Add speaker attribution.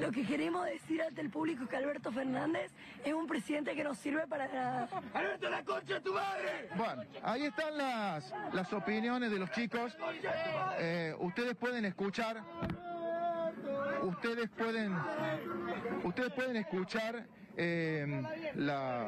Speaker 1: Lo que queremos decir ante el público es que Alberto Fernández es un presidente que nos sirve para nada.
Speaker 2: ¡Alberto, la concha de tu madre!
Speaker 3: Bueno, ahí están las, las opiniones de los chicos. Eh, ustedes pueden escuchar. Ustedes pueden. Ustedes pueden escuchar eh, la.